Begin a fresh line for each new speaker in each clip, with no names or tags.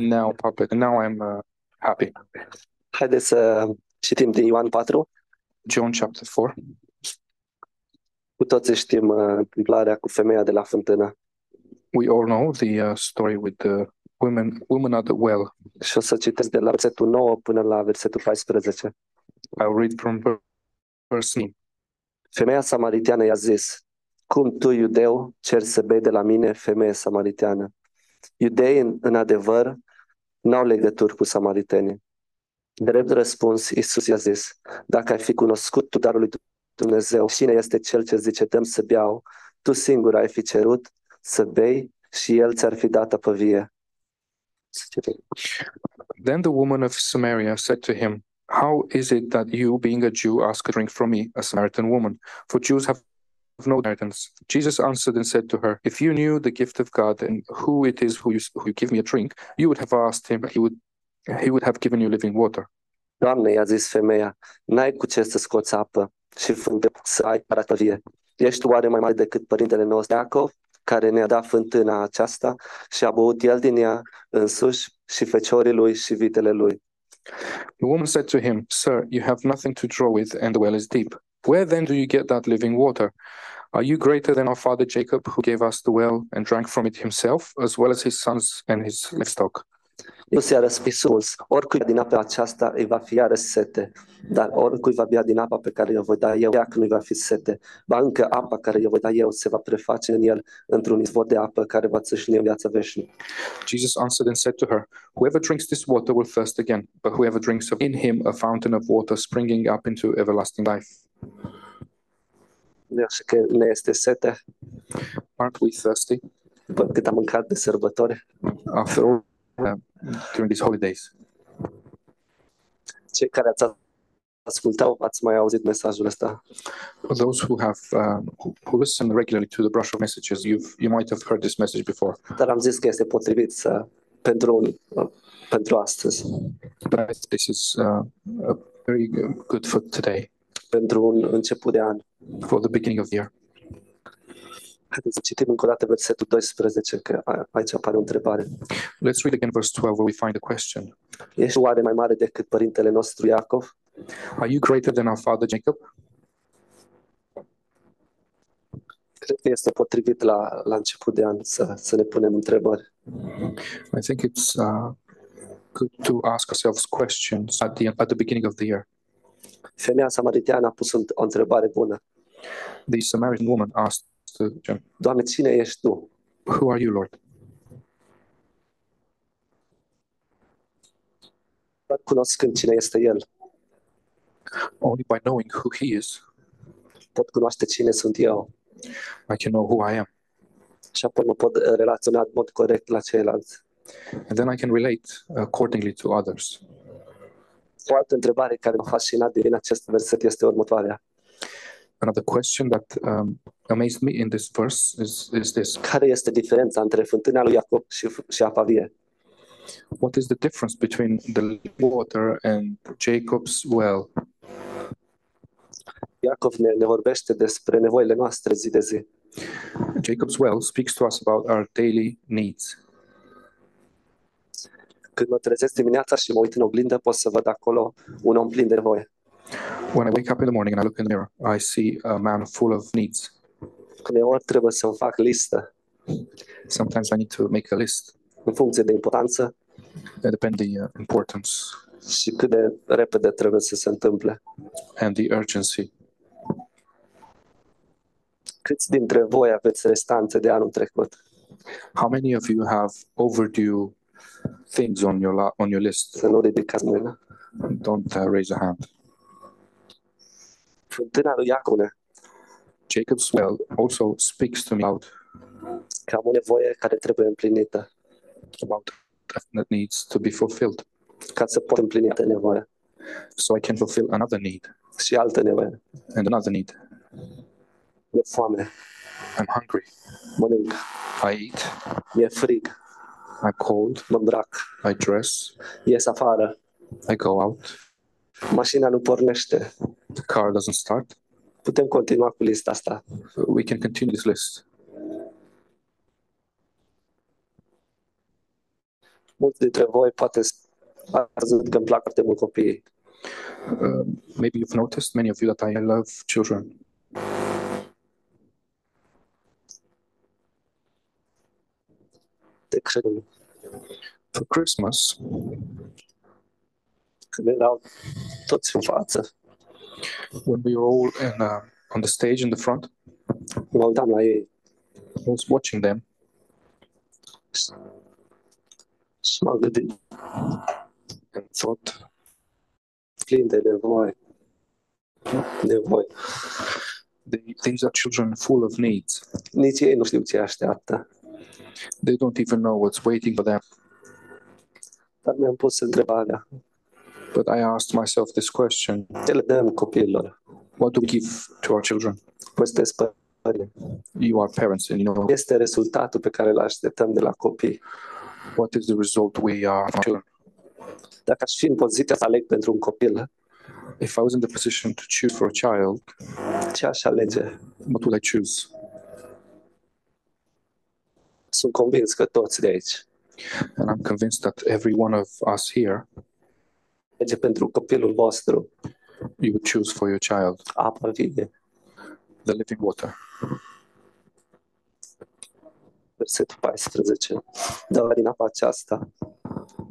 Now public. Now I'm uh, happy.
Haideți să citim din Ioan 4.
John chapter 4.
Cu toții știm uh, întâmplarea cu femeia de la fântână
We all know the uh, story with the women women at the well.
și o să citesc de la versetul 9 până la versetul 14.
I'll read from ver- verse 9.
Femeia samariteană i-a zis, Cum tu, iudeu, ceri să bei de la mine, femeie samariteană? Iudeii, în, în adevăr, n-au legături cu samaritenii. Drept răspuns, Iisus i-a zis, Dacă ai fi cunoscut tu darul lui Dumnezeu, cine este cel ce zice, dăm să beau, tu singur ai fi cerut să bei și el ți-ar fi dat apă vie. Să citim.
Then the woman of Samaria said to him, How is it that you, being a Jew, ask a drink from me, a Samaritan woman? For Jews have no Samaritans. Jesus answered and said to her, If you knew the gift of God and who it is who you, who you give me a drink, you would have asked him, he would, he would have given you living water.
Doamne, i-a zis femeia, n-ai cu ce să scoți apă și fântână să ai parapăvie. Ești oare mai mare decât părintele nostru Iacov, care ne-a dat fântâna aceasta și a băut el din ea însuși și feciorii lui și vitele lui.
The woman said to him, Sir, you have nothing to draw with, and the well is deep. Where then do you get that living water? Are you greater than our father Jacob, who gave us the well and drank from it himself, as well as his sons and his livestock?
Iisus i-a răspisus, oricui bea din apa aceasta îi va fi iarăși sete, dar oricui va bea din apa pe care i-o voi da eu, ea că nu-i va fi sete. Ba încă apa care i-o voi da eu se va preface în el într-un izvor de apă care va țâșni în viața veșnică.
Jesus answered and said to her, Whoever drinks this water will thirst again, but whoever drinks of in him a fountain of water springing up into everlasting life.
Eu știu că ne este sete,
Aren't we thirsty
după cât am mâncat de sărbători,
after all uh, during these holidays?
cei care ați ascultat, ați mai auzit mesajul ăsta.
For those who have um, who, who listen regularly to the brush of messages, you've you might have heard this message before.
Dar am zis că este potrivit să, pentru, pentru astăzi,
but this is uh, uh, very g- good for today,
pentru un început de an.
for the beginning of the year.
Haideți să citim încă o dată versetul 12, că a- aici apare o întrebare.
Let's read again verse 12 where we find a question.
Ești oare mai mare decât părintele nostru Iacov?
Are you greater than our father Jacob?
Cred că este potrivit la, la început de an să, să ne punem întrebări.
I think it's uh, good to ask ourselves questions at the at the beginning of the year.
Femeia samariteană a pus un- o întrebare bună.
The Samaritan woman asked uh, John,
Doamne, cine ești tu?
"Who are you, Lord?
Doar cunoscând cine este El,
Only by knowing who He is,
pot cunoaște cine sunt eu.
I can know who I am,
și apoi mă pot uh, relaționa în mod corect la ceilalți.
and then I can relate accordingly to others."
O altă întrebare care m-a fascinat din acest verset este următoarea.
Another question that um, amazed me in this verse is is this:
Care este diferența între fântâna lui Iacob și, și apa vie?
what is the difference between the water and Jacob's well?
Iacov ne, ne vorbește despre nevoile noastre zi de zi.
Jacob's well speaks to us about our daily needs.
Când mă trezesc dimineața și mă uit în oglindă, pot să văd acolo un om plin de nevoie.
When I wake up in the morning and I look in the mirror, I see a man full of needs.
Uneori trebuie să-mi fac listă
Sometimes I need to make a list,
în funcție de importanță
uh, depending on the importance
și cât de repede trebuie să se întâmple.
and the urgency.
Câți dintre voi aveți restanțe de anul trecut?
How many of you have overdue things on your la- on your list?
Să nu ridicați mâna.
Don't uh, raise a hand.
Fântâna lui Iacov ne
Jacob's well also speaks to me about
că am o nevoie care trebuie împlinită.
about that needs to be fulfilled,
ca să pot împlini alte nevoie
so I can fulfill another need
și alte nevoie.
and another need.
Mi-e foame,
I'm hungry.
mănânc,
I eat,
mi-e frig,
I'm cold,
mă îmbrac,
I dress,
ies afară,
I go out,
mașina nu pornește.
the car doesn't start.
Putem continua cu lista asta.
We can continue this list.
Mulți dintre voi poate ați văzut că îmi plac foarte mult copiii.
Uh, maybe you've noticed, many of you, that I love children.
De Crăciun,
For Christmas,
când erau toți în față,
when we were all in, uh, on the stage in the front,
mă uitam la ei
I was watching them
și m-am gândit
and thought,
plin de nevoie. Nevoie.
they, these are children full of needs.
Nici ei nu știu ce așteaptă.
They don't even know what's waiting for them.
Dar mi-am pus întrebarea,
But I asked myself this question
ce le dăm copiilor?
What do we give to our children?
Păi sunteți părinți.
You are parents, and you know
Este rezultatul pe care îl așteptăm de la copii.
what is the result we are for our children.
Dacă aș fi în poziția să aleg pentru un copil,
If I was in the position to choose for a child,
ce aș alege?
what would I choose?
Sunt convins că toți de aici
And I'm convinced that every one of us here,
alege pentru copilul vostru
you would choose for your child
apă vie.
the living water.
Versetul 14. Dar din apa aceasta,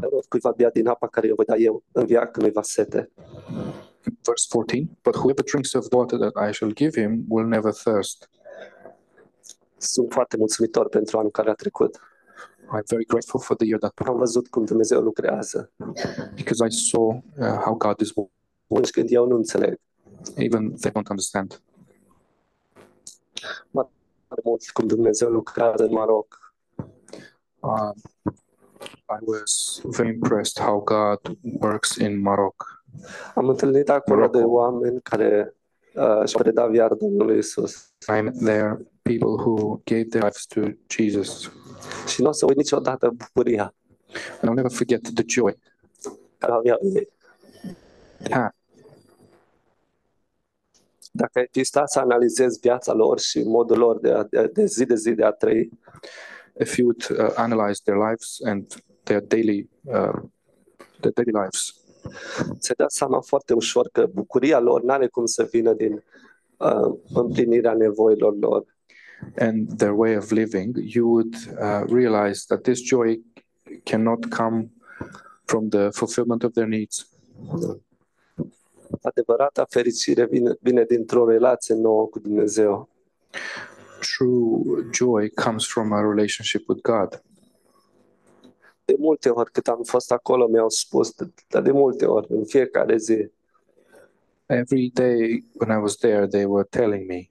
oricui va bea din apa care o voi da eu, în viață nu va sete.
Verse 14 But whoever drinks of the water that I shall give him will never thirst.
Sunt foarte mulțumitor pentru anul care a trecut.
I'm very grateful for the year that
Am văzut cum Dumnezeu lucrează.
because I saw uh, how God is, wo-
Atunci când eu nu înțeleg,
even they don't understand.
foarte mult cum Dumnezeu lucrează în Maroc.
Um, I was very impressed how God works in Morocco.
Am întâlnit acolo de oameni care uh, și-au predat viața Domnului Isus.
I met there people who gave their lives to Jesus.
Și nu o să uit niciodată bucuria
And I'll never forget the joy
care aveau ei.
they had.
Dacă ai fi stat să analizezi viața lor și modul lor de, a, de, de zi de zi de a trăi,
If you would uh, analyze their lives and their daily, uh, their daily lives,
ți-ai dat seama foarte ușor că bucuria lor nu are cum să vină din uh, împlinirea nevoilor lor.
and their way of living, you would uh, realize that this joy cannot come from the fulfillment of their needs.
Adevărata fericire vine, vine dintr-o relație nouă cu Dumnezeu.
True joy comes from a relationship with God.
De multe ori cât am fost acolo mi-au spus, dar de multe ori, în fiecare zi,
Every day when I was there, they were telling me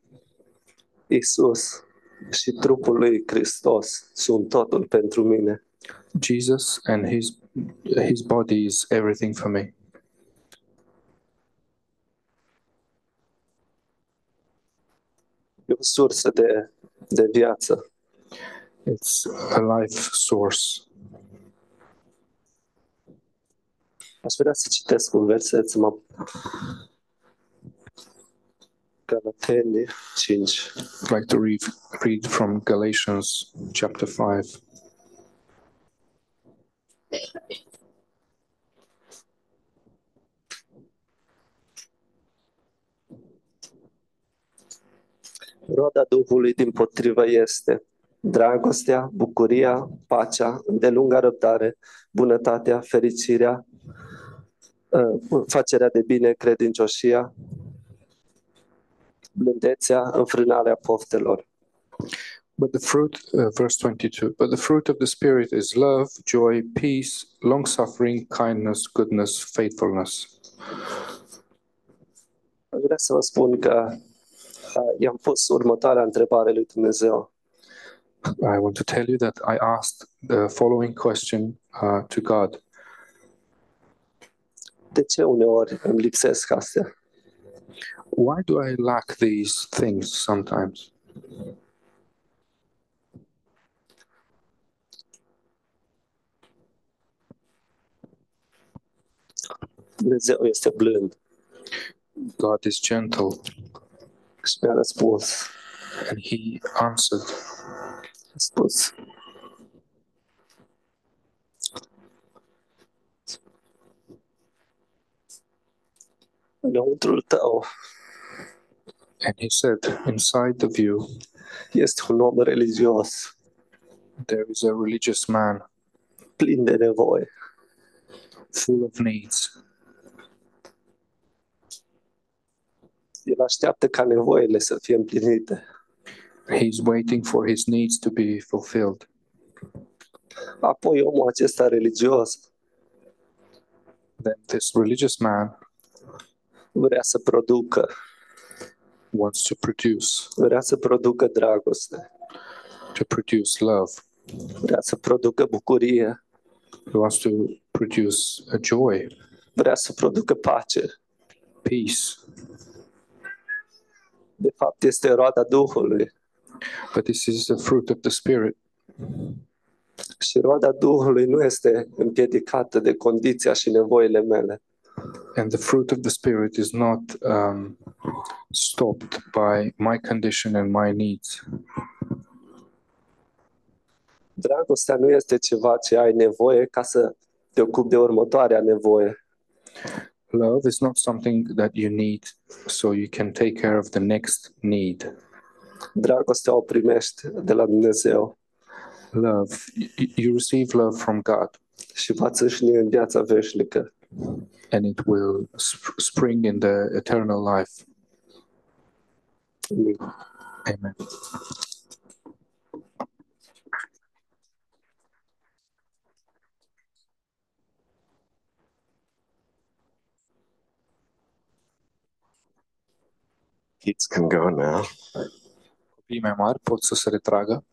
Isus și trupul lui Hristos sunt totul pentru mine.
Jesus and his his body is everything for me.
E o sursă de, de viață.
It's a life source.
Aș vrea să citesc un verset, să mă... Galateni 5.
I'd like to read read from Galatians chapter five.
Roada Duhului din potrivă este dragostea, bucuria, pacea, îndelunga răbdare, bunătatea, fericirea, uh, facerea de bine, credincioșia, blândețea, înfrânarea poftelor.
But the fruit, uh, verse 22, but the fruit of the Spirit is love, joy, peace, long suffering, kindness, goodness, faithfulness.
Aș vrea să vă spun că uh, i-am pus următoarea întrebare lui Dumnezeu.
I want to tell you that I asked the following question uh, to God
De ce uneori îmi lipsesc astea?
Why do I lack these things sometimes?
Dumnezeu este blând.
God is gentle
Și mi-a răspuns.
and He answered.
A spus. Lăuntrul tău
And he said, Inside of you,
este un om religios,
there is a religious man
plin de nevoie.
full of needs.
El așteaptă ca nevoile să fie împlinite.
He's waiting for his needs to be fulfilled.
Apoi omul acesta religios
Then this religious man
vrea să producă,
wants to produce,
vrea să producă dragoste,
to produce love.
vrea să producă bucurie,
He wants to produce a joy,
vrea să producă pace.
peace.
De fapt, este roada Duhului.
But this is the fruit of the Spirit.
Și roada Duhului nu este împiedicată de condiția și nevoile mele.
And the fruit of the Spirit is not um, stopped by my condition and my needs.
Dragostea nu este ceva ce ai nevoie ca să te ocupi de următoarea nevoie.
Love is not something that you need so you can take care of the next need.
Dragostea o primești de la Dumnezeu
Love, y- y- you receive love from God
și va țâșni în viața veșnică.
and it will sp- spring in the eternal life.
Amin.
Amen.
Kids can go now.
Copiii mai mari pot să se retragă.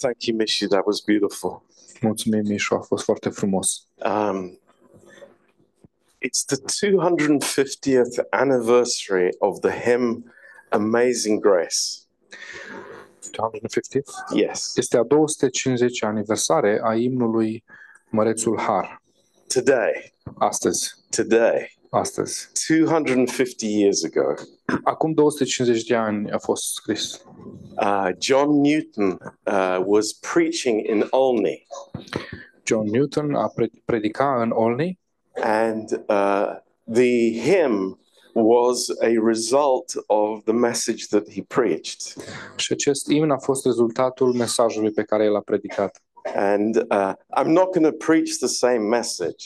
Thank you, Mishu. That was beautiful.
Mulțumim, Mișu, a fost foarte frumos.
Um, it's the 250th anniversary of the hymn Amazing Grace.
250.
Yes.
Este a 250 aniversare a imnului Mărețul Har.
Today,
Astăzi,
today,
astăzi.
250 years ago,
Acum 250 de ani a fost scris.
uh, John Newton uh, was preaching in Olney,
John Newton a pre- predica în Olney
and uh, the hymn was a result of the message that he preached.
și acest imn a fost rezultatul mesajului pe care el a predicat.
And uh, I'm not going to preach the same message.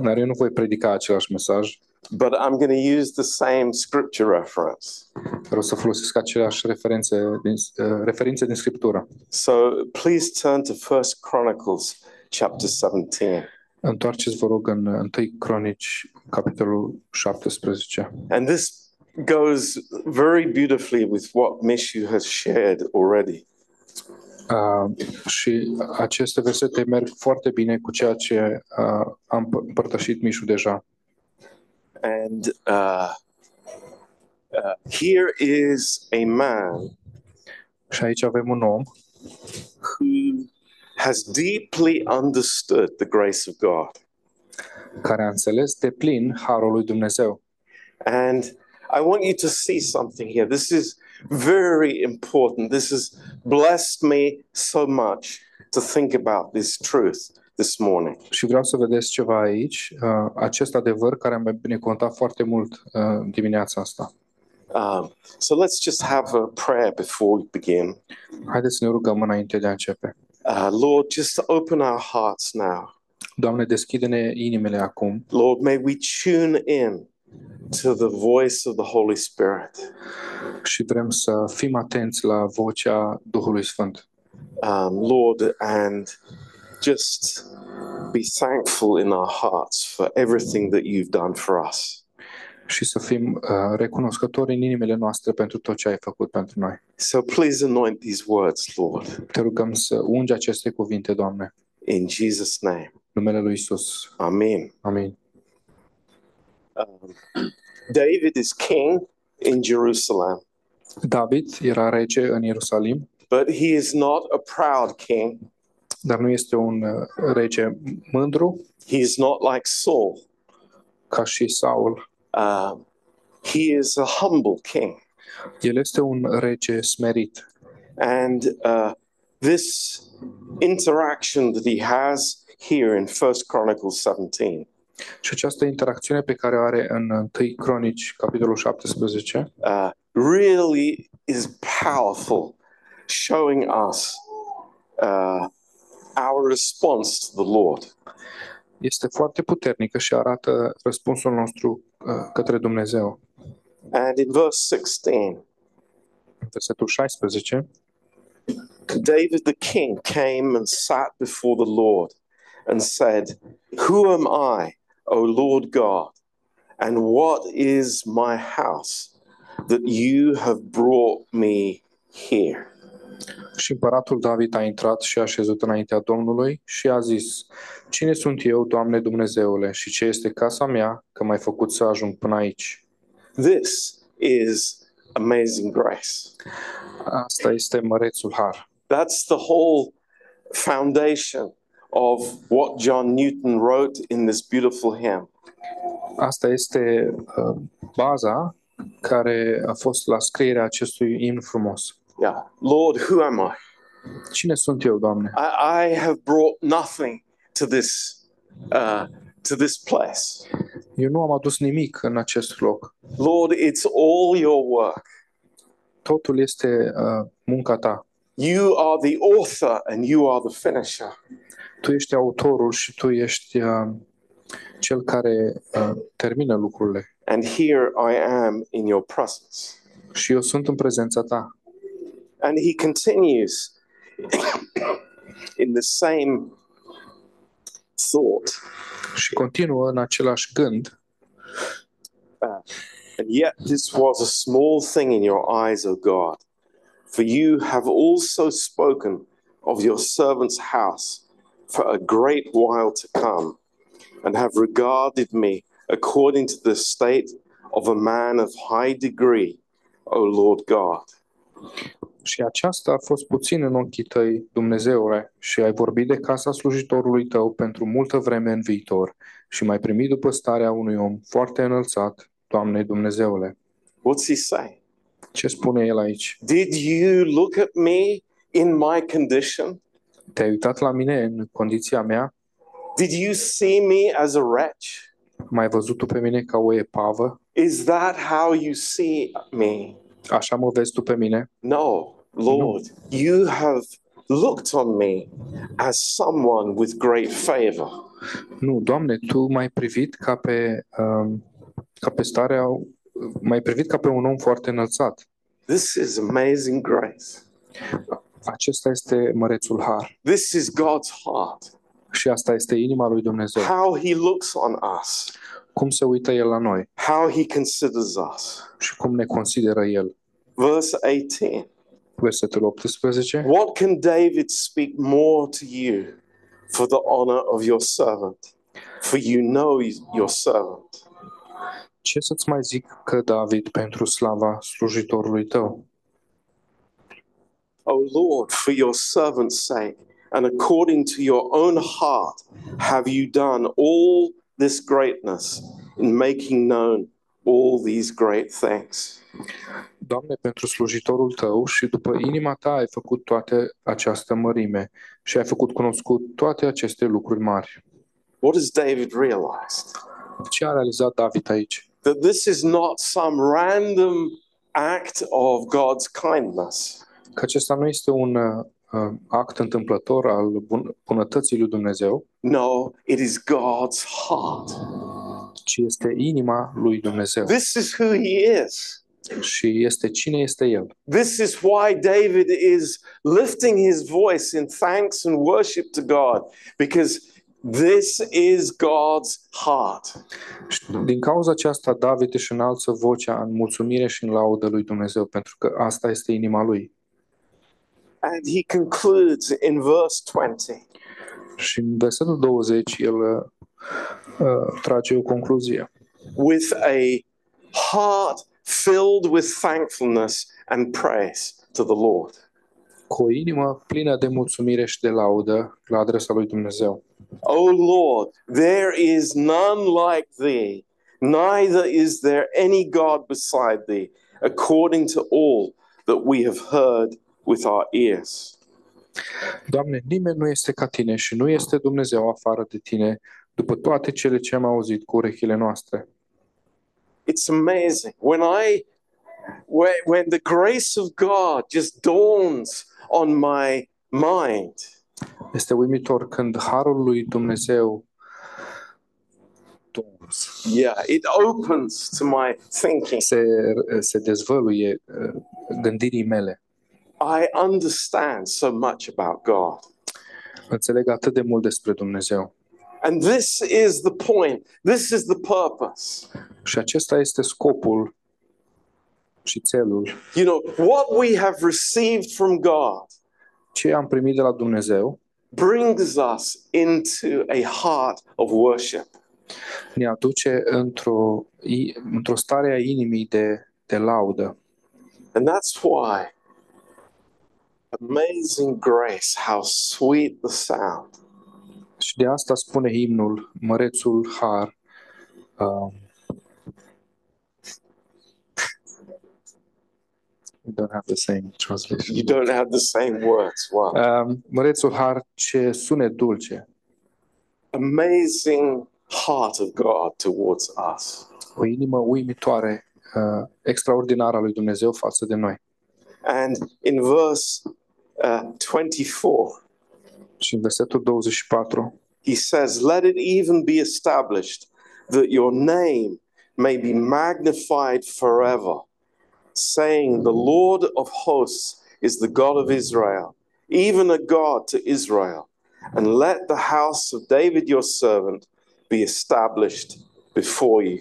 Dar eu nu voi predica același mesaj,
but I'm going to use the same scripture reference.
dar o să folosesc aceleași referențe din, uh, referințe din Scriptură.
So please turn to First Chronicles chapter 17.
Întoarceți, vă rog, în 1 Cronici, capitolul 17.
And this goes very beautifully with what Mishu has shared already.
Uh, și aceste versete merg foarte bine cu ceea ce uh, am p- împărtășit Mișu deja.
And uh, uh, here is a man
Și aici avem un om
who has deeply understood the grace of God.
care a înțeles de plin harul lui Dumnezeu.
And I want you to see something here. This is very important. This has blessed me so much to think about this truth this morning.
Și vreau să vedeți ceva aici, uh, acest adevăr care m-a binecuvântat foarte mult uh, dimineața asta.
Um, so let's just have a prayer before we begin.
Haideți să ne rugăm înainte de a începe.
Uh, Lord, just open our hearts now.
Doamne, deschide-ne inimile acum.
Lord, may we tune in to the voice of the Holy Spirit.
și vrem să fim atenți la vocea Duhului Sfânt.
Um, Lord, and just be thankful in our hearts for everything that you've done for us.
Și să fim uh, recunoscători în inimile noastre pentru tot ce ai făcut pentru noi.
So please anoint these words, Lord,
Te rugăm să ungi aceste cuvinte, Doamne,
in Jesus' name.
numele lui Isus.
Amen.
Amin.
Um, David is king in Jerusalem,
David era rege în Ierusalim,
but he is not a proud king.
dar nu este un uh, rege mândru
He's not like Saul.
ca și Saul.
Uh, he is a humble king.
El este un rege smerit
And uh, this interaction that he has here in First Chronicles 17
și această interacțiune pe care o are în 1 Cronici, capitolul 17,
uh, really is powerful, showing us uh, our response to the Lord.
este foarte puternică și arată răspunsul nostru uh, către Dumnezeu.
And in verse 16,
În versetul 16,
David the king came and sat before the Lord and said, Who am I, O Lord God, and what is my house that you have brought me here?
Și împăratul David a intrat și a așezut înaintea Domnului și a zis, Cine sunt eu, Doamne Dumnezeule, și ce este casa mea, că m-ai făcut să ajung până aici?
This is amazing grace.
Asta este mărețul har.
That's the whole foundation of what John Newton wrote in this beautiful hymn.
Asta este uh, baza care a fost la scrierea acestui imn frumos.
Yeah. Lord, who am I?
Cine sunt eu, Doamne?
I, I have brought nothing to this uh, to this place.
Eu nu am adus nimic în acest loc.
Lord, it's all your work.
Totul este uh, munca ta.
You are the author and you are the finisher.
Tu ești autorul și tu ești uh, cel care uh, termină lucrurile.
And here I am in your presence.
Și eu sunt în prezența ta.
And he continues in the same thought.
și continuă în același gând.
And yet this was a small thing in your eyes, O God, for you have also spoken of your servant's house for a great while to come, and have regarded me according to the state of a man of high degree, O Lord God.
Și aceasta a fost puțin în ochii tăi, Dumnezeule, și ai vorbit de casa slujitorului tău pentru multă vreme în viitor și m-ai primit după starea unui om foarte înălțat, Doamne Dumnezeule.
What's he saying?
Ce spune el aici?
Did you look at me in my condition?
Te-ai uitat la mine în condiția mea?
Did you see me as a wretch?
M-ai văzut tu pe mine ca o epavă?
Is that how you see me?
Așa mă vezi tu pe mine?
No, Lord, you have looked on me as someone with great favor.
Nu, Doamne, Tu m-ai privit ca pe, um, ca pe starea, m-ai privit ca pe un om foarte înălțat.
This is amazing grace.
Acesta este mărețul har
This is God's heart,
și asta este inima lui Dumnezeu.
how He looks on us,
Cum se uită El la noi
how He considers us.
și cum ne consideră El.
Verse 18
Versetul 18.
What can David speak more to you for the honor of your servant? For you know your servant.
Ce să-ți mai zic că David pentru slava slujitorului tău?
O Lord, for your servant's sake and according to your own heart, have you done all this greatness in making known all these great things.
Doamne, pentru slujitorul tău și după inima ta ai făcut toate această mărime și ai făcut cunoscut toate aceste lucruri mari.
What has David realized?
Ce a realizat David aici?
That this is not some random act of God's kindness,
Că acesta nu este un uh, act întâmplător al bun- bunătății lui Dumnezeu,
no, it is God's heart.
ci este inima lui Dumnezeu
This is who he is.
și este cine este El.
This is why David is lifting his voice in thanks and worship to God, because this is God's heart.
Și din cauza aceasta, David își înalță vocea în mulțumire și în laudă lui Dumnezeu, pentru că asta este inima lui.
And he concludes in verse 20
Și în versetul 20, el uh, uh, trage o concluzie.
with a heart filled with thankfulness and praise to the Lord.
cu o inimă plină de mulțumire și de laudă la adresa lui Dumnezeu.
O Lord, there is none like thee, neither is there any God beside thee, according to all that we have heard with our ears.
Doamne, nimeni nu este ca tine și nu este Dumnezeu afară de tine, după toate cele ce am auzit cu urechile noastre.
It's amazing. When I when, when the grace of God just dawns on my mind,
Este uimitor când harul lui Dumnezeu
yeah, it opens to my thinking.
se, se dezvăluie uh, gândirii mele.
I understand so much about God.
Înțeleg atât de mult despre Dumnezeu.
And this is the point. This is the purpose.
Și acesta este scopul și țelul.
You know, what we have received from God
Ce am primit de la Dumnezeu
brings us into a heart of worship.
ne aduce într-o, i- într-o stare a inimii de, de laudă.
And that's why amazing grace, how sweet the sound
Și de asta spune imnul, mărețul har, uh, We don't have the same translation.
You don't have the same words. Wow.
Uh, mărețul har, ce sunet dulce,
Amazing heart of God towards us.
o inimă uimitoare, uh, extraordinară a lui Dumnezeu față de noi.
And in verse uh, 24,
Și în versetul 24,
he says, Let it even be established that your name may be magnified forever, saying, The Lord of hosts is the God of Israel, even a God to Israel. And let the house of David your servant be established before you.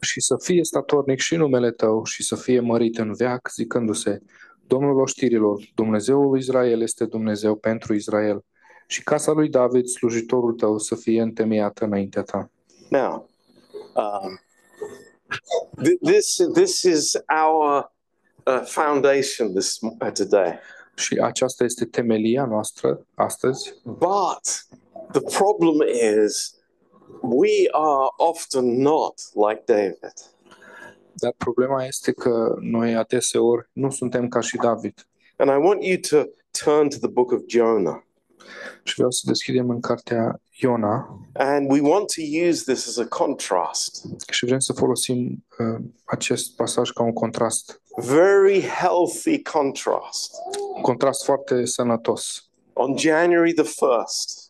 și să fie statornic și numele tău și să fie mărit în veac, zicându-se, Domnul oștirilor, Dumnezeul lui Israel este Dumnezeu pentru Israel și casa lui David, slujitorul tău, să fie întemeiată înaintea ta.
Now, um, th- this, this is our uh, foundation this, uh, today.
Și aceasta este temelia noastră astăzi,
But the problem is, we are often not like David.
dar problema este că noi adeseori nu suntem ca și David.
And I want you to turn to the book of Jonah.
Și vreau să deschidem în cartea Iona
And we want to use this as a contrast.
și vrem să folosim uh, acest pasaj ca un contrast,
Very healthy contrast.
un contrast foarte sănătos.
On January the 1st,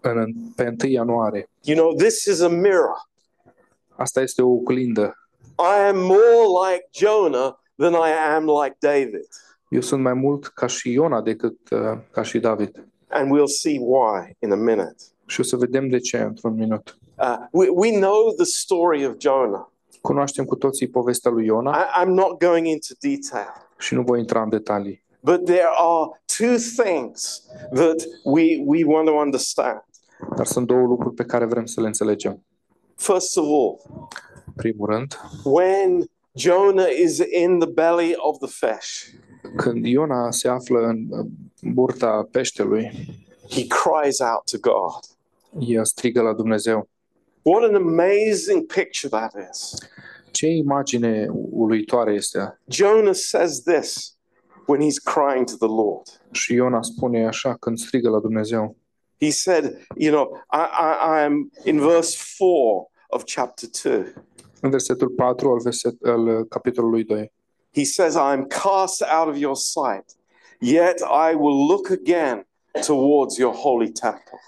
În, pe 1 ianuarie
you know, this is a mirror.
Asta este o oglindă.
I am more like Jonah than I am like David.
Eu sunt mai mult ca și Iona decât uh, ca și David.
And we'll see why in a minute.
Și o să vedem de ce într-un minut.
Uh, we, we know the story of Jonah.
Cunoaștem cu toții povestea lui Iona
I, I'm not going into detail.
și nu voi intra în detalii.
But there are two things that we, we want to understand.
Dar sunt două lucruri pe care vrem să le înțelegem.
First of all,
În primul rând,
when Jonah is in the belly of the fish,
când Iona se află în uh, burta peștelui,
he cries out to God.
el strigă la Dumnezeu.
What an amazing picture that is.
Ce imagine uluitoare este?
Jonah says this when he's crying to the Lord.
Și Iona spune așa când strigă la Dumnezeu.
He said, You know, I, I, I'm in verse 4 of chapter 2.
În versetul 4 al, verset, al uh, capitolului 2.
He says, I am cast out of your sight, yet I will look again towards your holy temple.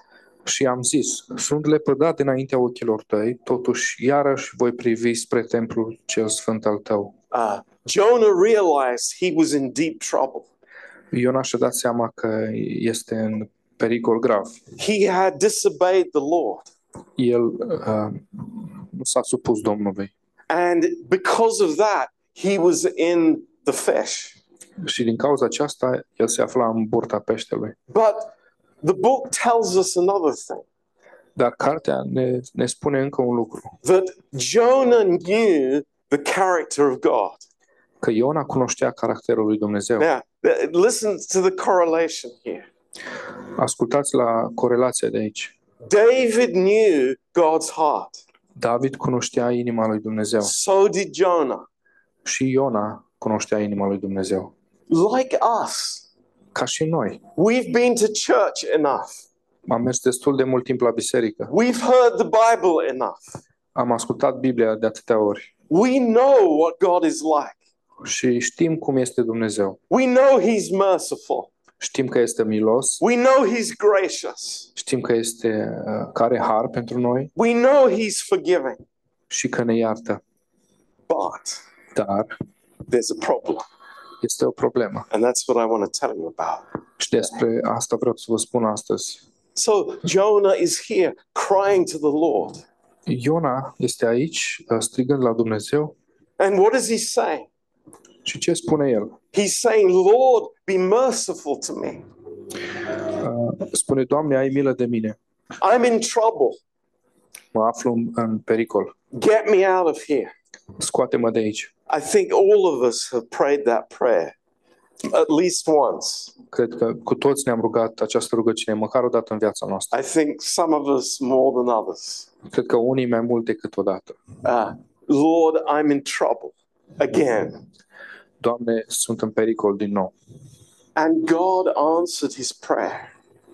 Și am zis, sunt lepădat dinaintea ochilor tăi, totuși iarăși voi privi spre templul cel sfânt al tău.
Uh, Jonah realized he was in deep trouble.
Iona și-a dat seama că este în pericol grav.
He had disobeyed the Lord.
El uh, nu s-a supus Domnului
And because of that, he was in the fish.
și din cauza aceasta el se afla în burta peștelui.
But the book tells us another thing
Dar cartea ne, ne spune încă un lucru,
that Jonah knew the character of God.
că Iona cunoștea caracterul lui Dumnezeu.
Now, Th- Listen to the correlation here.
Ascultați la corelația de aici.
David knew God's heart.
David cunoștea inima lui Dumnezeu
So did Jonah.
și Iona cunoștea inima lui Dumnezeu.
Like us,
Ca și noi.
we've been to church enough.
Am mers destul de mult timp la biserică.
We've heard the Bible enough.
Am ascultat Biblia de atâtea ori
We know what God is like.
și știm cum este Dumnezeu.
We know He's merciful.
Știm că este milos,
We know He's gracious.
știm că este uh, care har pentru noi
We know He's forgiving.
și că ne iartă.
But
Dar
there's a problem.
este o problemă.
And that's what I want to tell you about.
Și despre asta vreau să vă spun astăzi.
So Jonah is here crying to the Lord.
Iona este aici, uh, strigând la Dumnezeu
And what is he saying?
și ce spune el?
He's saying, Lord, be merciful to me.
Uh, Spune, Doamne, ai milă de mine.
I'm in trouble.
Mă aflu în- în pericol.
Get me out of here.
Scoate-mă de aici.
I think all of us have prayed that prayer at least once.
Cred că cu toți ne-am rugat această rugăciune, măcar o dată în viața noastră.
I think some of us more than others.
Cred că unii mai mult decât o dată.
Uh, Lord, I'm in trouble again.
Doamne, sunt în pericol din nou.
And God answered his prayer.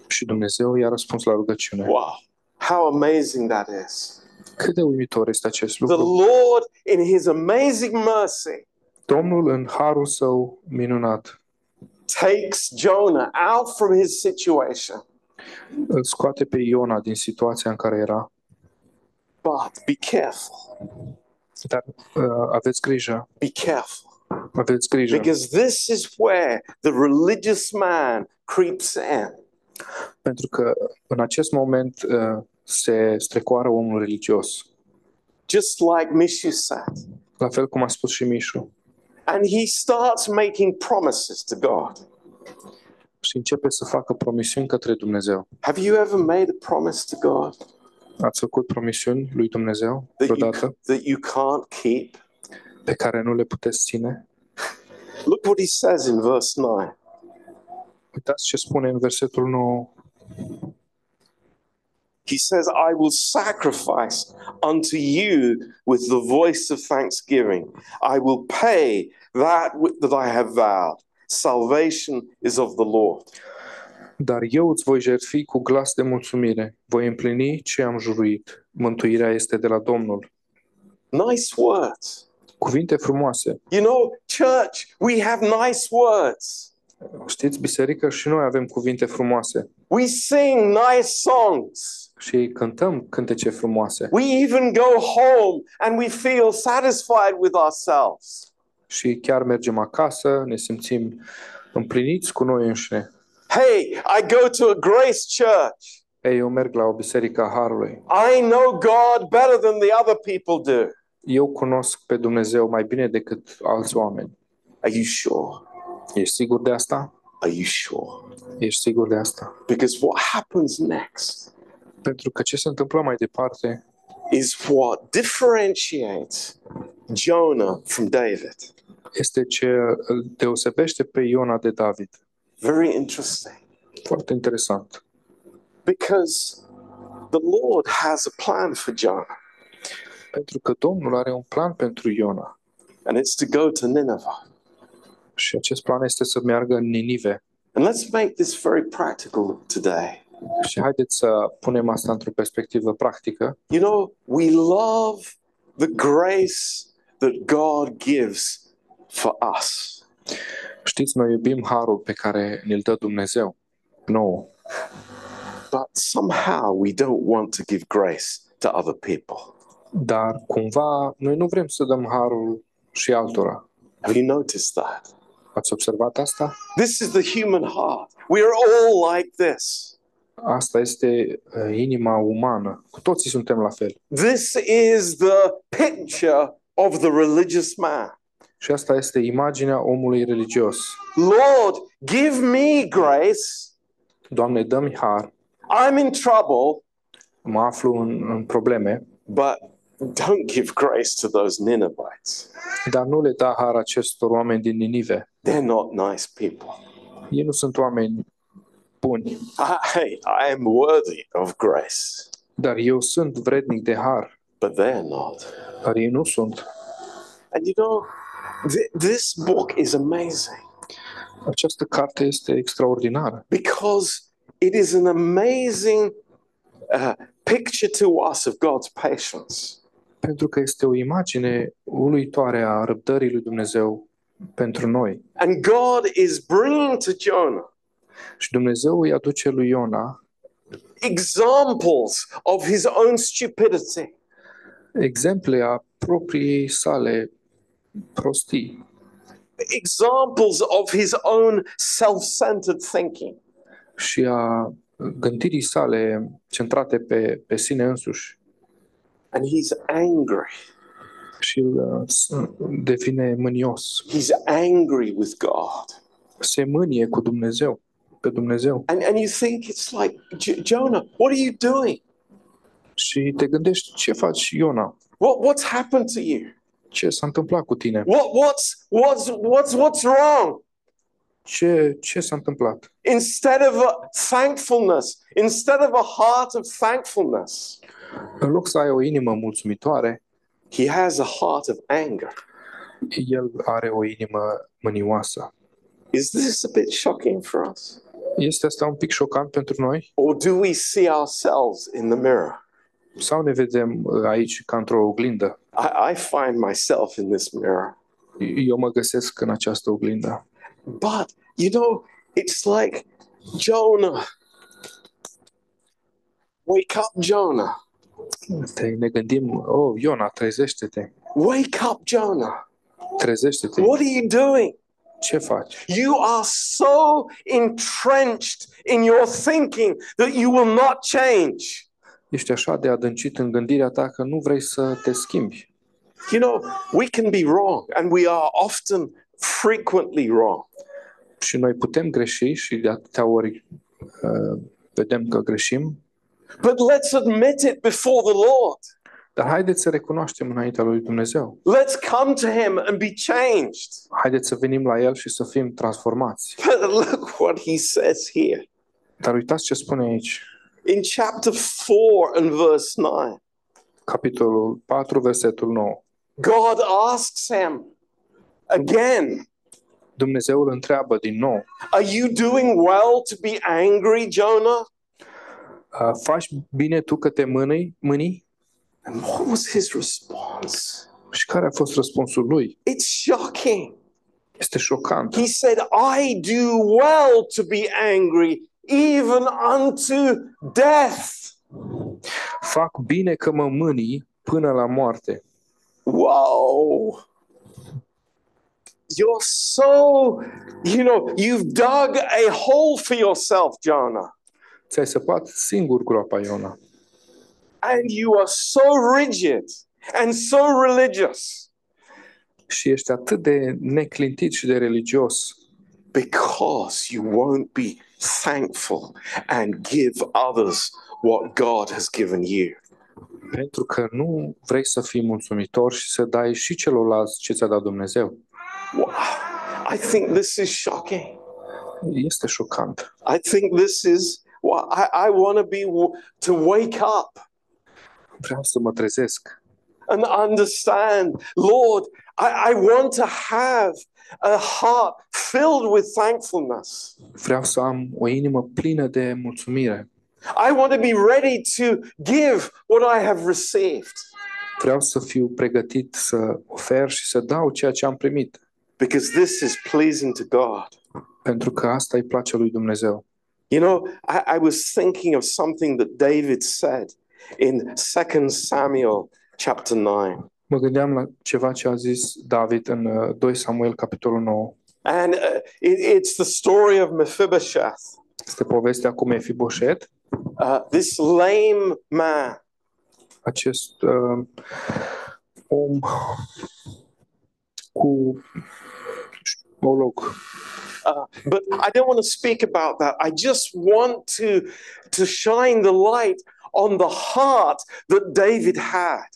Și Dumnezeu i-a răspuns la rugăciune.
Wow, how amazing that is.
Cât de uimitor este acest
The
lucru.
Lord, in his amazing mercy,
Domnul, în harul său minunat,
takes Jonah out from his situation.
îl scoate pe Iona din situația în care era.
But be careful,
Dar uh, aveți grijă,
be careful.
aveți grijă,
Because this is where the religious man creeps in.
pentru că în acest moment uh, se strecoară omul religios.
just like Mishu said.
La fel cum a spus și Mișu.
And he starts making promises to God.
Și începe să facă promisiuni către Dumnezeu.
Have you ever made a promise to God
Ați făcut promisiuni lui Dumnezeu
that you,
vreodată
that you can't keep?
pe care nu le puteți ține?
Look what he says in verse 9.
Uitați ce spune în versetul 9.
He says, I will sacrifice unto you with the voice of thanksgiving. I will pay that wh- that I have vowed. Salvation is of the Lord.
Dar eu îți voi jertfi cu glas de mulțumire. Voi împlini ce am juruit. Mântuirea este de la Domnul.
Nice words.
Cuvinte frumoase.
You know, church, we have nice words.
Știți, biserică, și noi avem cuvinte frumoase.
We sing nice songs.
și cântăm cântece frumoase
We even go home and we feel satisfied with ourselves.
și chiar mergem acasă, ne simțim împliniți cu noi înșine.
Hey, I go to a grace church.
Ei, eu merg la o biserică a Harului.
I know God better than the other people do.
Eu cunosc pe Dumnezeu mai bine decât alți oameni.
Are you sure?
Ești sigur de asta?
Are you sure?
Ești sigur de asta?
Because what happens next
Pentru că ce se întâmplă mai departe
is what differentiates Jonah from David.
este ce îl deosebește pe Iona de David.
Very interesting.
Foarte interesant.
Because the Lord has a plan for Jonah,
Pentru că Domnul are un plan pentru Iona
and it's to go to Nineveh.
și acest plan este să meargă în Ninive.
And let's make this very practical today.
Și haideți să punem asta într-o perspectivă practică.
You know, we love the grace that God gives for us.
Știți, noi iubim harul pe care ne-l dă Dumnezeu nouă,
But somehow we don't want to give grace to other people.
dar cumva noi nu vrem să dăm harul și altora.
Have you noticed that?
Ați observat asta?
This is the human heart. We are all like this.
Asta este uh, inima umană. Cu toții suntem la fel.
This is the picture of the religious man.
Și asta este imaginea omului religios.
Lord, give me grace.
Doamne, dă-mi har,
I'm in trouble,
mă aflu în, în probleme,
but don't give grace to those Ninevites.
dar nu le da har acestor oameni din Ninive.
They're not nice people.
Ei nu sunt oameni buni,
I, I am worthy of grace,
dar eu sunt vrednic de har,
but they're not.
dar ei nu sunt.
And you know, th- this book is amazing
Această carte este extraordinară,
because it is an amazing uh, picture to us of God's patience.
pentru că este o imagine uluitoare a răbdării lui Dumnezeu pentru noi.
And God is bringing to Jonah
Și Dumnezeu îi aduce lui Iona
examples of his own stupidity.
exemple a propriei sale prostii,
examples of his own self centered thinking.
și a gândirii sale centrate pe, pe sine însuși
And he's angry.
și îl, uh, devine mânios.
He's angry with God.
Se mânie cu Dumnezeu, pe Dumnezeu.
And, and you think it's like, "J- Jonah, what are you doing?
Și te gândești, ce faci, Iona?
What, what's happened to you?
Ce s-a întâmplat cu tine?
What, what's, what's, what's, what's wrong?
Ce, ce s-a întâmplat?
Instead of a thankfulness, instead of a heart of thankfulness,
În loc să ai o inimă mulțumitoare,
he has a heart of anger.
el are o inimă mânioasă.
Is this a bit shocking for us?
Este asta un pic șocant pentru noi?
Or do we see ourselves in the mirror?
Sau ne vedem uh, aici ca într-o oglindă?
I, I find myself in this mirror.
Eu mă găsesc în această oglindă.
But, you know, it's like Jonah. Wake up, Jonah.
Te, ne gândim, oh, Iona, trezește-te,
Wake up, Jonah.
trezește-te,
What are you doing?
ce faci?
You are so entrenched in your thinking that you will not change.
Ești așa de adâncit în gândirea ta că nu vrei să te schimbi.
You know, we can be wrong, and we are often frequently wrong.
Și noi putem greși și de atâtea ori uh, vedem că greșim,
But let's admit it before the Lord.
dar haideți să recunoaștem înaintea lui Dumnezeu.
Let's come to Him and be changed.
Haideți să venim la El și să fim transformați.
But look what He says here.
Dar uitați ce spune aici,
in chapter 4 and verse 9,
capitolul 4, versetul 9.
God asks him again,
Dumnezeu îl întreabă din nou,
Are you doing well to be angry, Jonah?
"Uh, faci bine tu că te mânii, mânii?
And what was his response?
Și care a fost răspunsul lui?
It's shocking.
Este șocant.
He said, I do well to be angry, even unto death.
Fac bine că mă mânii până la moarte.
Whoa. You're so, you know, you've dug a hole for yourself, Jonah.
Ți-ai săpat singur groapa, Iona.
and you are so rigid and so religious
Și ești atât de neclintit și de religios
because you won't be thankful and give others what God has given you.
pentru că nu vrei să fii mulțumitor și să dai și celorlalți ce ți-a dat Dumnezeu.
Wow. I think this is shocking.
Este șocant.
I think this is well, I, I want to be w- to wake up
Vreau să mă trezesc
and understand, Lord, I, I want to have a heart filled with thankfulness.
Vreau să am o inimă plină de mulțumire.
I want to be ready to give what I have received.
Vreau să fiu pregătit să ofer și să dau ceea ce am primit,
because this is pleasing to God.
pentru că asta îi place lui Dumnezeu.
You know, I, I was thinking of something that David said in 2 Samuel chapter 9.
Mă gândeam la ceva ce a zis David în uh, 2 Samuel, capitolul 9.
And uh, it, it's the story of Mephibosheth,
Este povestea cu Mefiboset,
uh, this lame man
acest uh, om cu olog.
Uh, but I don't want to speak about that. I just want to, to shine the light on the heart that David had.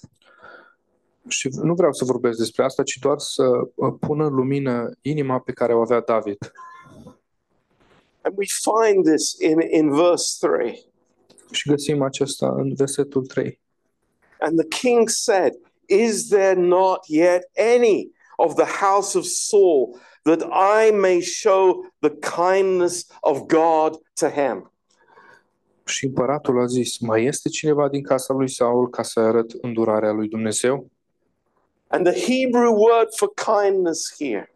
Și nu vreau să vorbesc despre asta, ci doar să uh, pună în lumină inima pe care o avea David.
And we find this in, in verse 3.
Și găsim acesta în versetul 3.
And the king said, Is there not yet any of the house of Saul that I may show the kindness of God to him?
Și împăratul a zis, mai este cineva din casa lui Saul ca să arăt îndurarea lui Dumnezeu?
And the Hebrew word for kindness here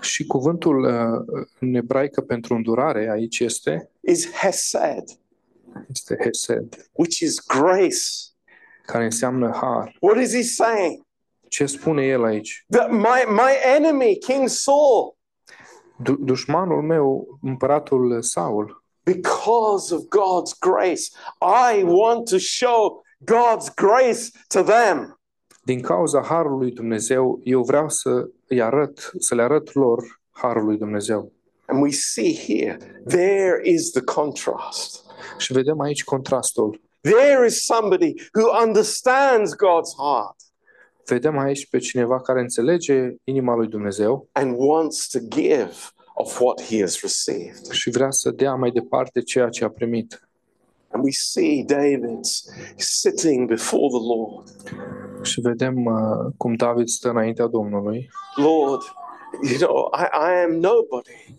Și cuvântul uh, în ebraică pentru îndurare aici este,
is hesed,
este hesed,
which is grace.
care înseamnă har.
What is he saying?
Ce spune el aici?
That my, my enemy, King Saul,
Du- dușmanul meu, împăratul Saul,
because of God's grace, I want to show God's grace to them.
din cauza harului lui Dumnezeu, eu vreau să îi arăt, să le arăt lor harul lui Dumnezeu.
And we see here, there is the contrast.
Și vedem aici contrastul.
There is somebody who understands God's heart
Vedem aici pe cineva care înțelege inima lui Dumnezeu
and wants to give of what he has received.
și vrea să dea mai departe ceea ce a primit.
And we see David's sitting before the Lord.
Și vedem uh, cum David stă înaintea Domnului.
Lord, you know, I, I am nobody.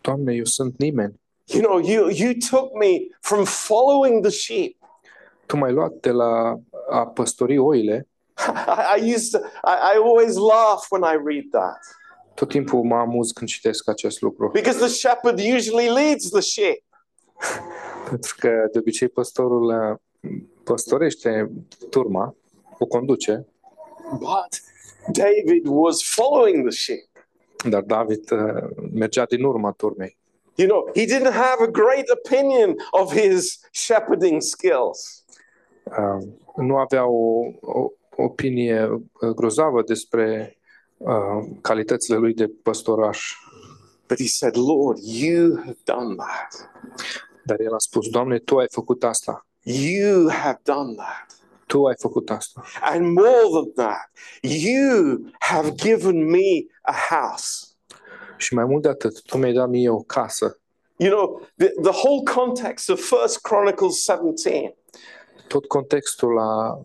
Doamne, eu sunt nimeni.
You know, you, you took me from following the sheep.
Tu m-ai luat de la a păstori oile.
I, I used to, I, I always laugh when I read that
Tot timpul mă amuz când citesc acest lucru.
because the shepherd usually leads the sheep.
Pentru că de obicei păstorul uh, păstorește turma, o conduce,
But David was following the sheep.
dar David uh, mergea din urma turmei.
You know, he didn't have a great opinion of his shepherding skills.
Uh, Nu avea o, o opinie uh, grozavă despre uh, calitățile lui de păstoraș.
But he said, Lord, you have done that.
Dar el a spus, Doamne, Tu ai făcut asta.
You have done that.
Tu ai făcut asta.
And more than that, you have given me a house.
Și mai mult de atât, Tu mi-ai dat mie o casă.
You know, the, the whole context of First Chronicles 17
Tot contextul la uh,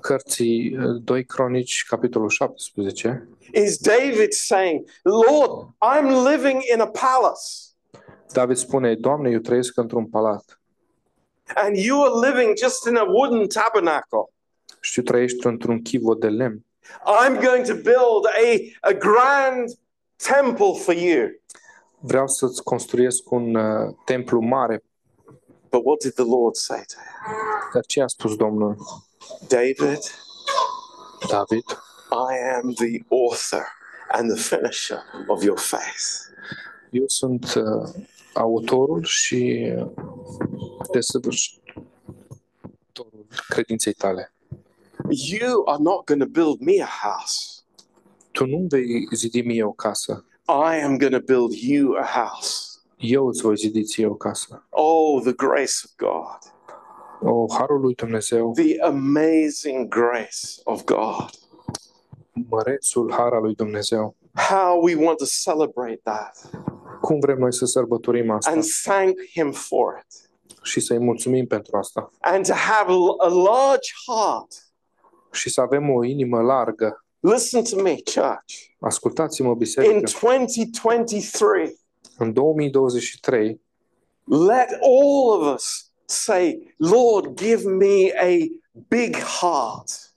cărții uh, 2 Cronici, capitolul 17,
is David saying, Lord, I'm living in a palace,
David spune, Doamne, eu trăiesc într-un palat
and you are living just in a wooden tabernacle.
și tu trăiești într-un chivot de lemn.
I'm going to build a, a grand temple for you.
Vreau să-ți construiesc un uh, templu mare.
But what did the Lord say to him?
Dar ce a spus Domnul
David,
David?
I am the author and the finisher of your faith.
Eu sunt uh, autorul și uh, desăvârșitorul credinței tale.
You are not going to build me a house.
Tu nu vei zidi mie o casă.
I am going to build you a house.
Eu îți voi zidi ție o casă.
Oh, the grace of God,
O, harul lui Dumnezeu,
the amazing grace of God.
mărețul har al lui Dumnezeu.
How we want to celebrate that
Cum vrem noi să sărbătorim asta
and thank Him for it.
și să-i mulțumim pentru asta.
And to have a a large heart
și să avem o inimă largă.
Listen to me, church.
Ascultați-mă,
In
biserică,
2023,
în 2023
let all of us say, Lord, give me a big heart.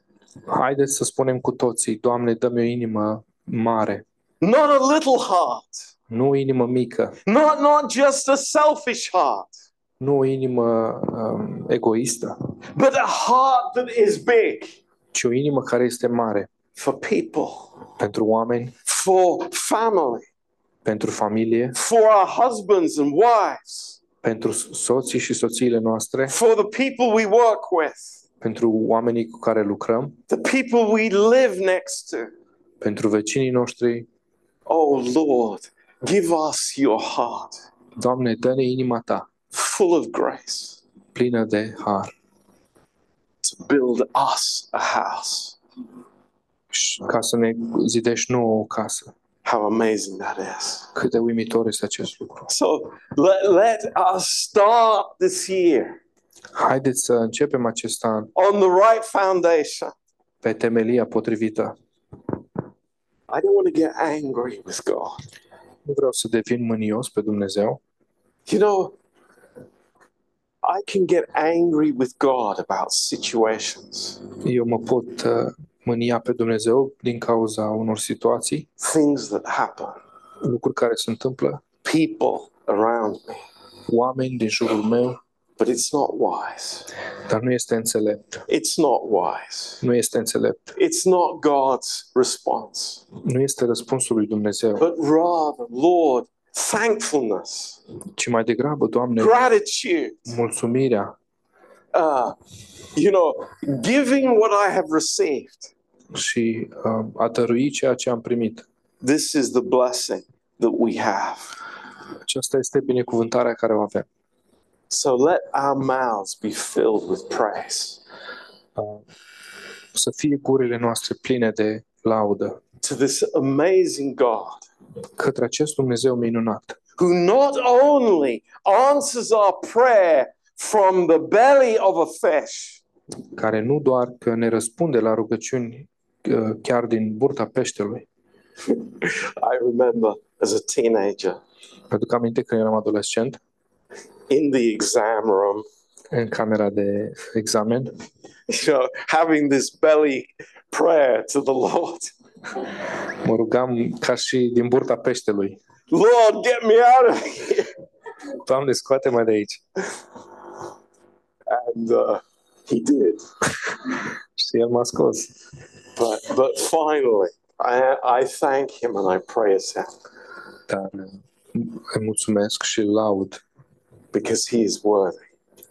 haideți să spunem cu toții, Doamne, dă-mi o inimă mare,
Not a little heart,
nu o inimă mică,
not, not just a selfish heart,
nu o inimă um, egoistă,
but a heart that is big
ci o inimă care este mare
for people,
pentru oameni,
for family,
pentru familie,
for our husbands and wives,
pentru soții și soțiile noastre,
for the people we work with,
pentru oamenii cu care lucrăm,
the people we live next to.
pentru vecinii noștri.
Oh, Lord, give us your heart.
Doamne, dă-ne inima ta
full of grace
plină de har
to build us a house.
și ca să ne zidești nouă o casă.
How amazing that is.
Cât de uimitor este acest lucru.
So let, let us start this year
Haideți să începem acest an
on the right foundation.
pe temelia potrivită.
I don't want to get angry with God.
Nu vreau să devin mânios pe Dumnezeu.
You know, I can get angry with God about situations,
Eu mă pot uh, mânia pe Dumnezeu din cauza unor situații,
things that happen,
lucruri care se întâmplă,
people around me,
oameni din jurul meu,
but it's not wise.
dar nu este înțelept.
It's not wise.
Nu este înțelept.
It's not God's response,
Nu este răspunsul lui Dumnezeu,
but rather, Lord, thankfulness,
ci mai degrabă, Doamne,
gratitude,
mulțumirea
uh, you know, giving what I have received.
și uh, a dărui ceea ce am primit.
This is the blessing that we have.
Aceasta este binecuvântarea care o avem.
So let our mouths be filled with praise.
Să fie gurile noastre pline de laudă
to this amazing God
către acest Dumnezeu minunat,
who not only answers our prayer from the belly of a fish,
care nu doar că ne răspunde la rugăciuni uh, chiar din burta peștelui,
I remember as a teenager
pentru că aminte că eram adolescent
in the exam room,
în camera de examen,
you know, having this belly prayer to the Lord
mă rugam ca și din burta peștelui.
Lord, get me out of here.
Doamne, scoate-mă de aici.
And uh, he did.
Și el m-a scos.
But, but finally, I, I thank him and I praise him
Dar uh, îi mulțumesc și îl laud
because he is worthy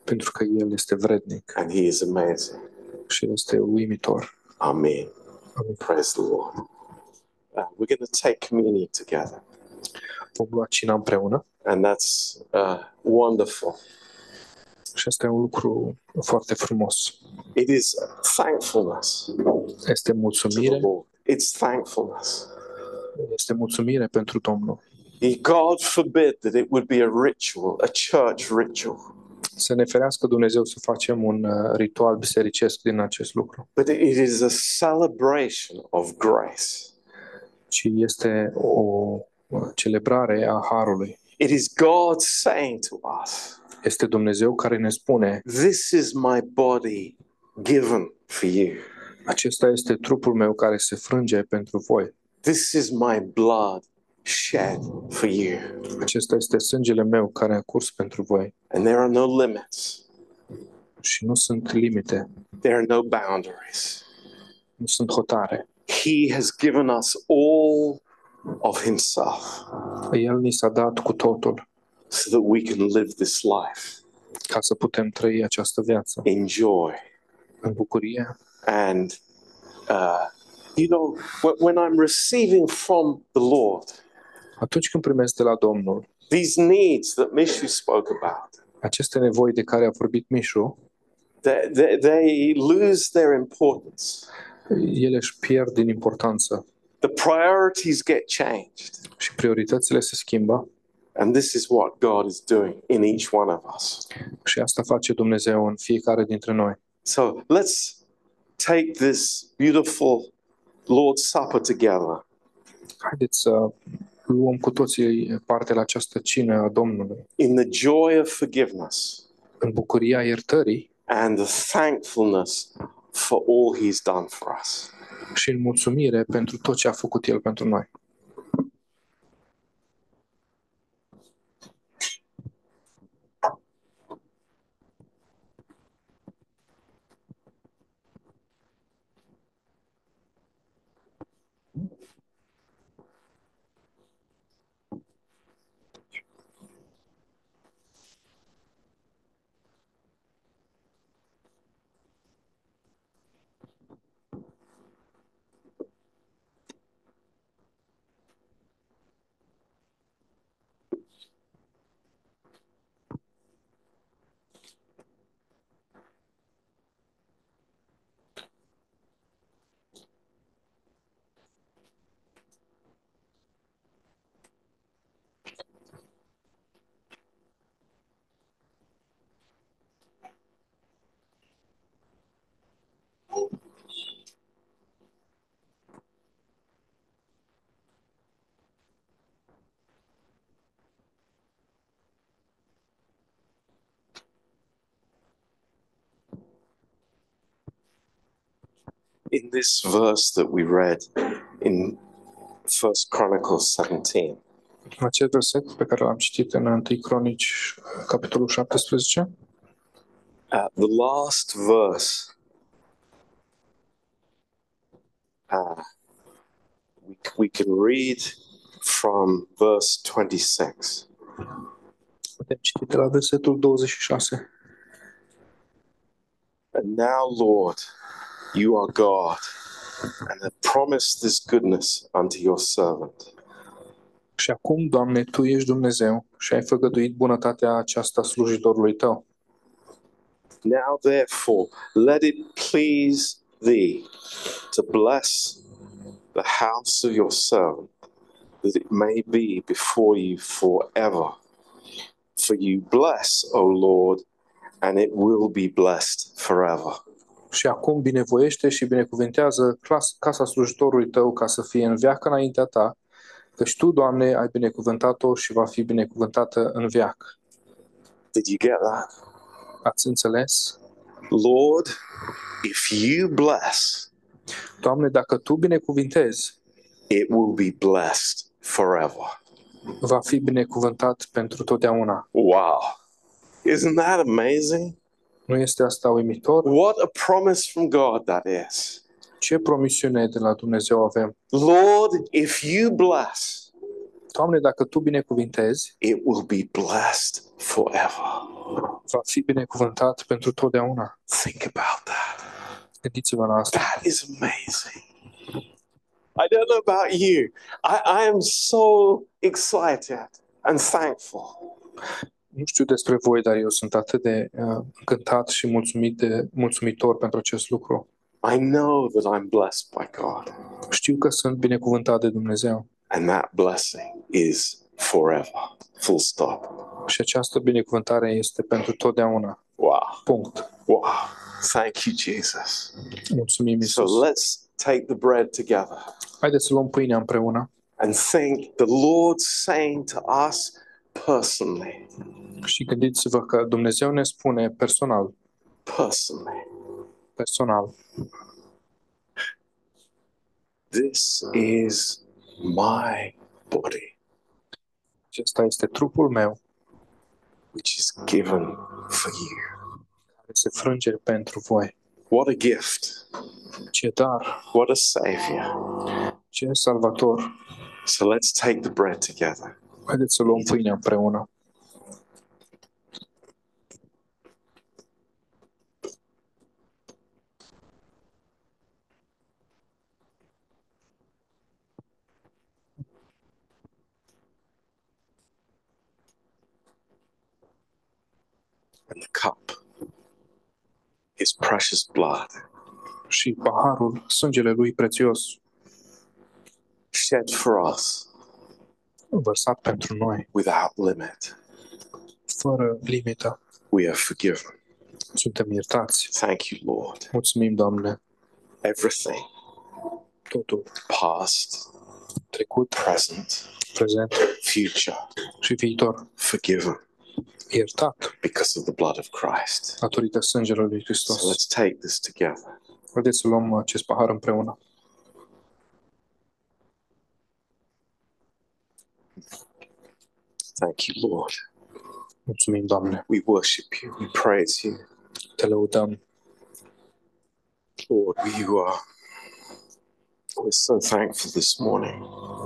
pentru că el este vrednic
and he is amazing.
și este uimitor.
Amen. Praise the Lord. Uh, we're going to take communion together,
Vom lua cina împreună
and that's uh, wonderful.
și asta e un lucru foarte frumos.
It is thankfulness
Este
to the
mulțumire,
Lord. It's thankfulness.
este mulțumire pentru Domnul.
God forbid that it would be a ritual, a church ritual,
Să ne ferească Dumnezeu să facem un uh, ritual bisericesc din acest lucru,
but it is a celebration of grace.
ci este o celebrare a harului.
It is God saying to us,
Este Dumnezeu care ne spune,
This is my body given for you,
acesta este trupul meu care se frânge pentru voi.
this is my blood shed for you.
Acesta este sângele meu care a curs pentru voi.
And there are no limits.
și nu sunt limite,
There are no boundaries.
nu sunt hotare.
He has given us all of Himself
El ni s-a dat cu totul
so that we can live this life
ca să putem trăi această viață
in joy.
în bucurie.
And, uh, you know, wh- when I'm receiving from the Lord
Atunci când primesc de la Domnul
these needs that Mishu spoke about,
aceste nevoi de care a vorbit Mișu,
they, they, they lose their importance.
ele își pierd din importanță
The priorities get changed.
și prioritățile se schimbă
And this is what God is doing in each one of us.
și asta face Dumnezeu în fiecare dintre noi.
So let's take this beautiful Lord's Supper together
Haideți să luăm cu toții parte la această cină a Domnului
in the joy of forgiveness
în bucuria iertării
and the thankfulness for all He's done for us.
și în mulțumire pentru tot ce a făcut El pentru noi.
in this verse that we read in First Chronicles 17,
Acest verset pe care l-am citit în 1 Cronici, capitolul 17,
uh, the last verse, uh, we, we can read from verse 26.
putem citi de la versetul 26.
And now, Lord, you are God and have promised this goodness unto your servant.
Și acum, Doamne, Tu ești Dumnezeu și ai făgăduit bunătatea aceasta slujitorului Tău.
Now, therefore, let it please thee to bless the house of your servant, that it may be before you forever. For you bless, O Lord, and it will be blessed forever.
Și acum binevoiește și binecuvintează clas- casa slujitorului Tău ca să fie în veac înaintea Ta, căci Tu, Doamne, ai binecuvântat-o și va fi binecuvântată în veac.
Did you get that?
Ați înțeles?
Lord, if you bless,
Doamne, dacă Tu binecuvintezi,
it will be blessed forever.
va fi binecuvântat pentru totdeauna.
Wow. Isn't that amazing?
Nu este asta uimitor?
What a promise from God that is.
Ce promisiune de la Dumnezeu avem?
Lord, if you bless,
Doamne, dacă Tu binecuvintezi,
it will be blessed forever.
va fi binecuvântat pentru totdeauna.
Think about that.
Gândiți-vă la asta.
That is amazing. I don't know about you. I, I am so excited and thankful
Nu știu despre voi, dar eu sunt atât de uh, încântat și mulțumit de, mulțumitor pentru acest lucru.
I know that I'm blessed by God,
Știu că sunt binecuvântat de Dumnezeu
and that blessing is forever. Full stop.
și această binecuvântare este pentru totdeauna.
Wow.
Punct.
Wow. Thank you, Jesus.
Mulțumim,
So
Iisus.
let's take the bread together
Haideți să luăm pâinea împreună
and think the Lord saying to us personally,
și gândiți-vă că Dumnezeu ne spune personal,
personally,
personal,
this is my body,
acesta este trupul meu
which is given for you.
care se frânge pentru voi.
What a gift.
Ce dar,
What a savior.
ce salvator.
So let's take the bread together.
Haideți să luăm pâinea împreună.
And the cup, his precious blood,
și paharul, sângele lui prețios,
shed for us
vărsat pentru noi,
without limit.
fără limită.
We are forgiven.
Suntem iertați.
Thank you, Lord.
Mulțumim, Doamne,
Everything,
totul,
past,
trecut,
present,
prezent
future,
și viitor,
forgiven
iertat
because of the blood of Christ.
datorită sângelui lui
So
Hristos.
let's take this together.
Haideți să luăm acest pahar împreună.
Thank you, Lord.
Mulțumim, Doamne,
We worship you. We praise you.
te lăudăm.
Lord, you are. We're so thankful this morning,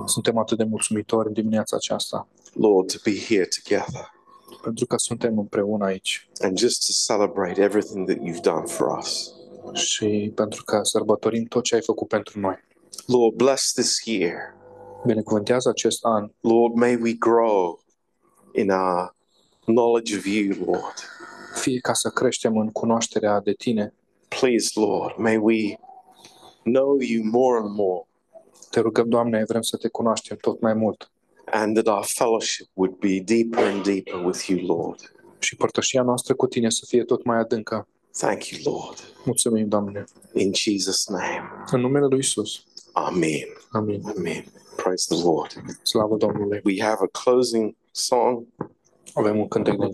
Suntem atât de mulțumitori în dimineața aceasta,
Lord, to be here together
pentru că suntem împreună aici
and just to celebrate everything that you've done for us.
și pentru că sărbătorim tot ce ai făcut pentru noi.
Lord, bless this year.
Binecuvântează acest an,
Lord, may we grow in our knowledge of you, Lord.
fie ca să creștem în cunoașterea de tine,
Please, Lord, may we know you more and more
Te rugăm, Doamne, vrem să te cunoaștem tot mai mult
and that our fellowship would be deeper and deeper with you, Lord.
și părtășia noastră cu tine să fie tot mai adâncă.
Thank you, Lord.
Mulțumim, Doamne.
In Jesus' name,
În numele lui Isus.
Amen.
Amin.
Amen. Praise the Lord.
Slavă Domnului.
We have a closing song.
Avem un cântec de încheiere.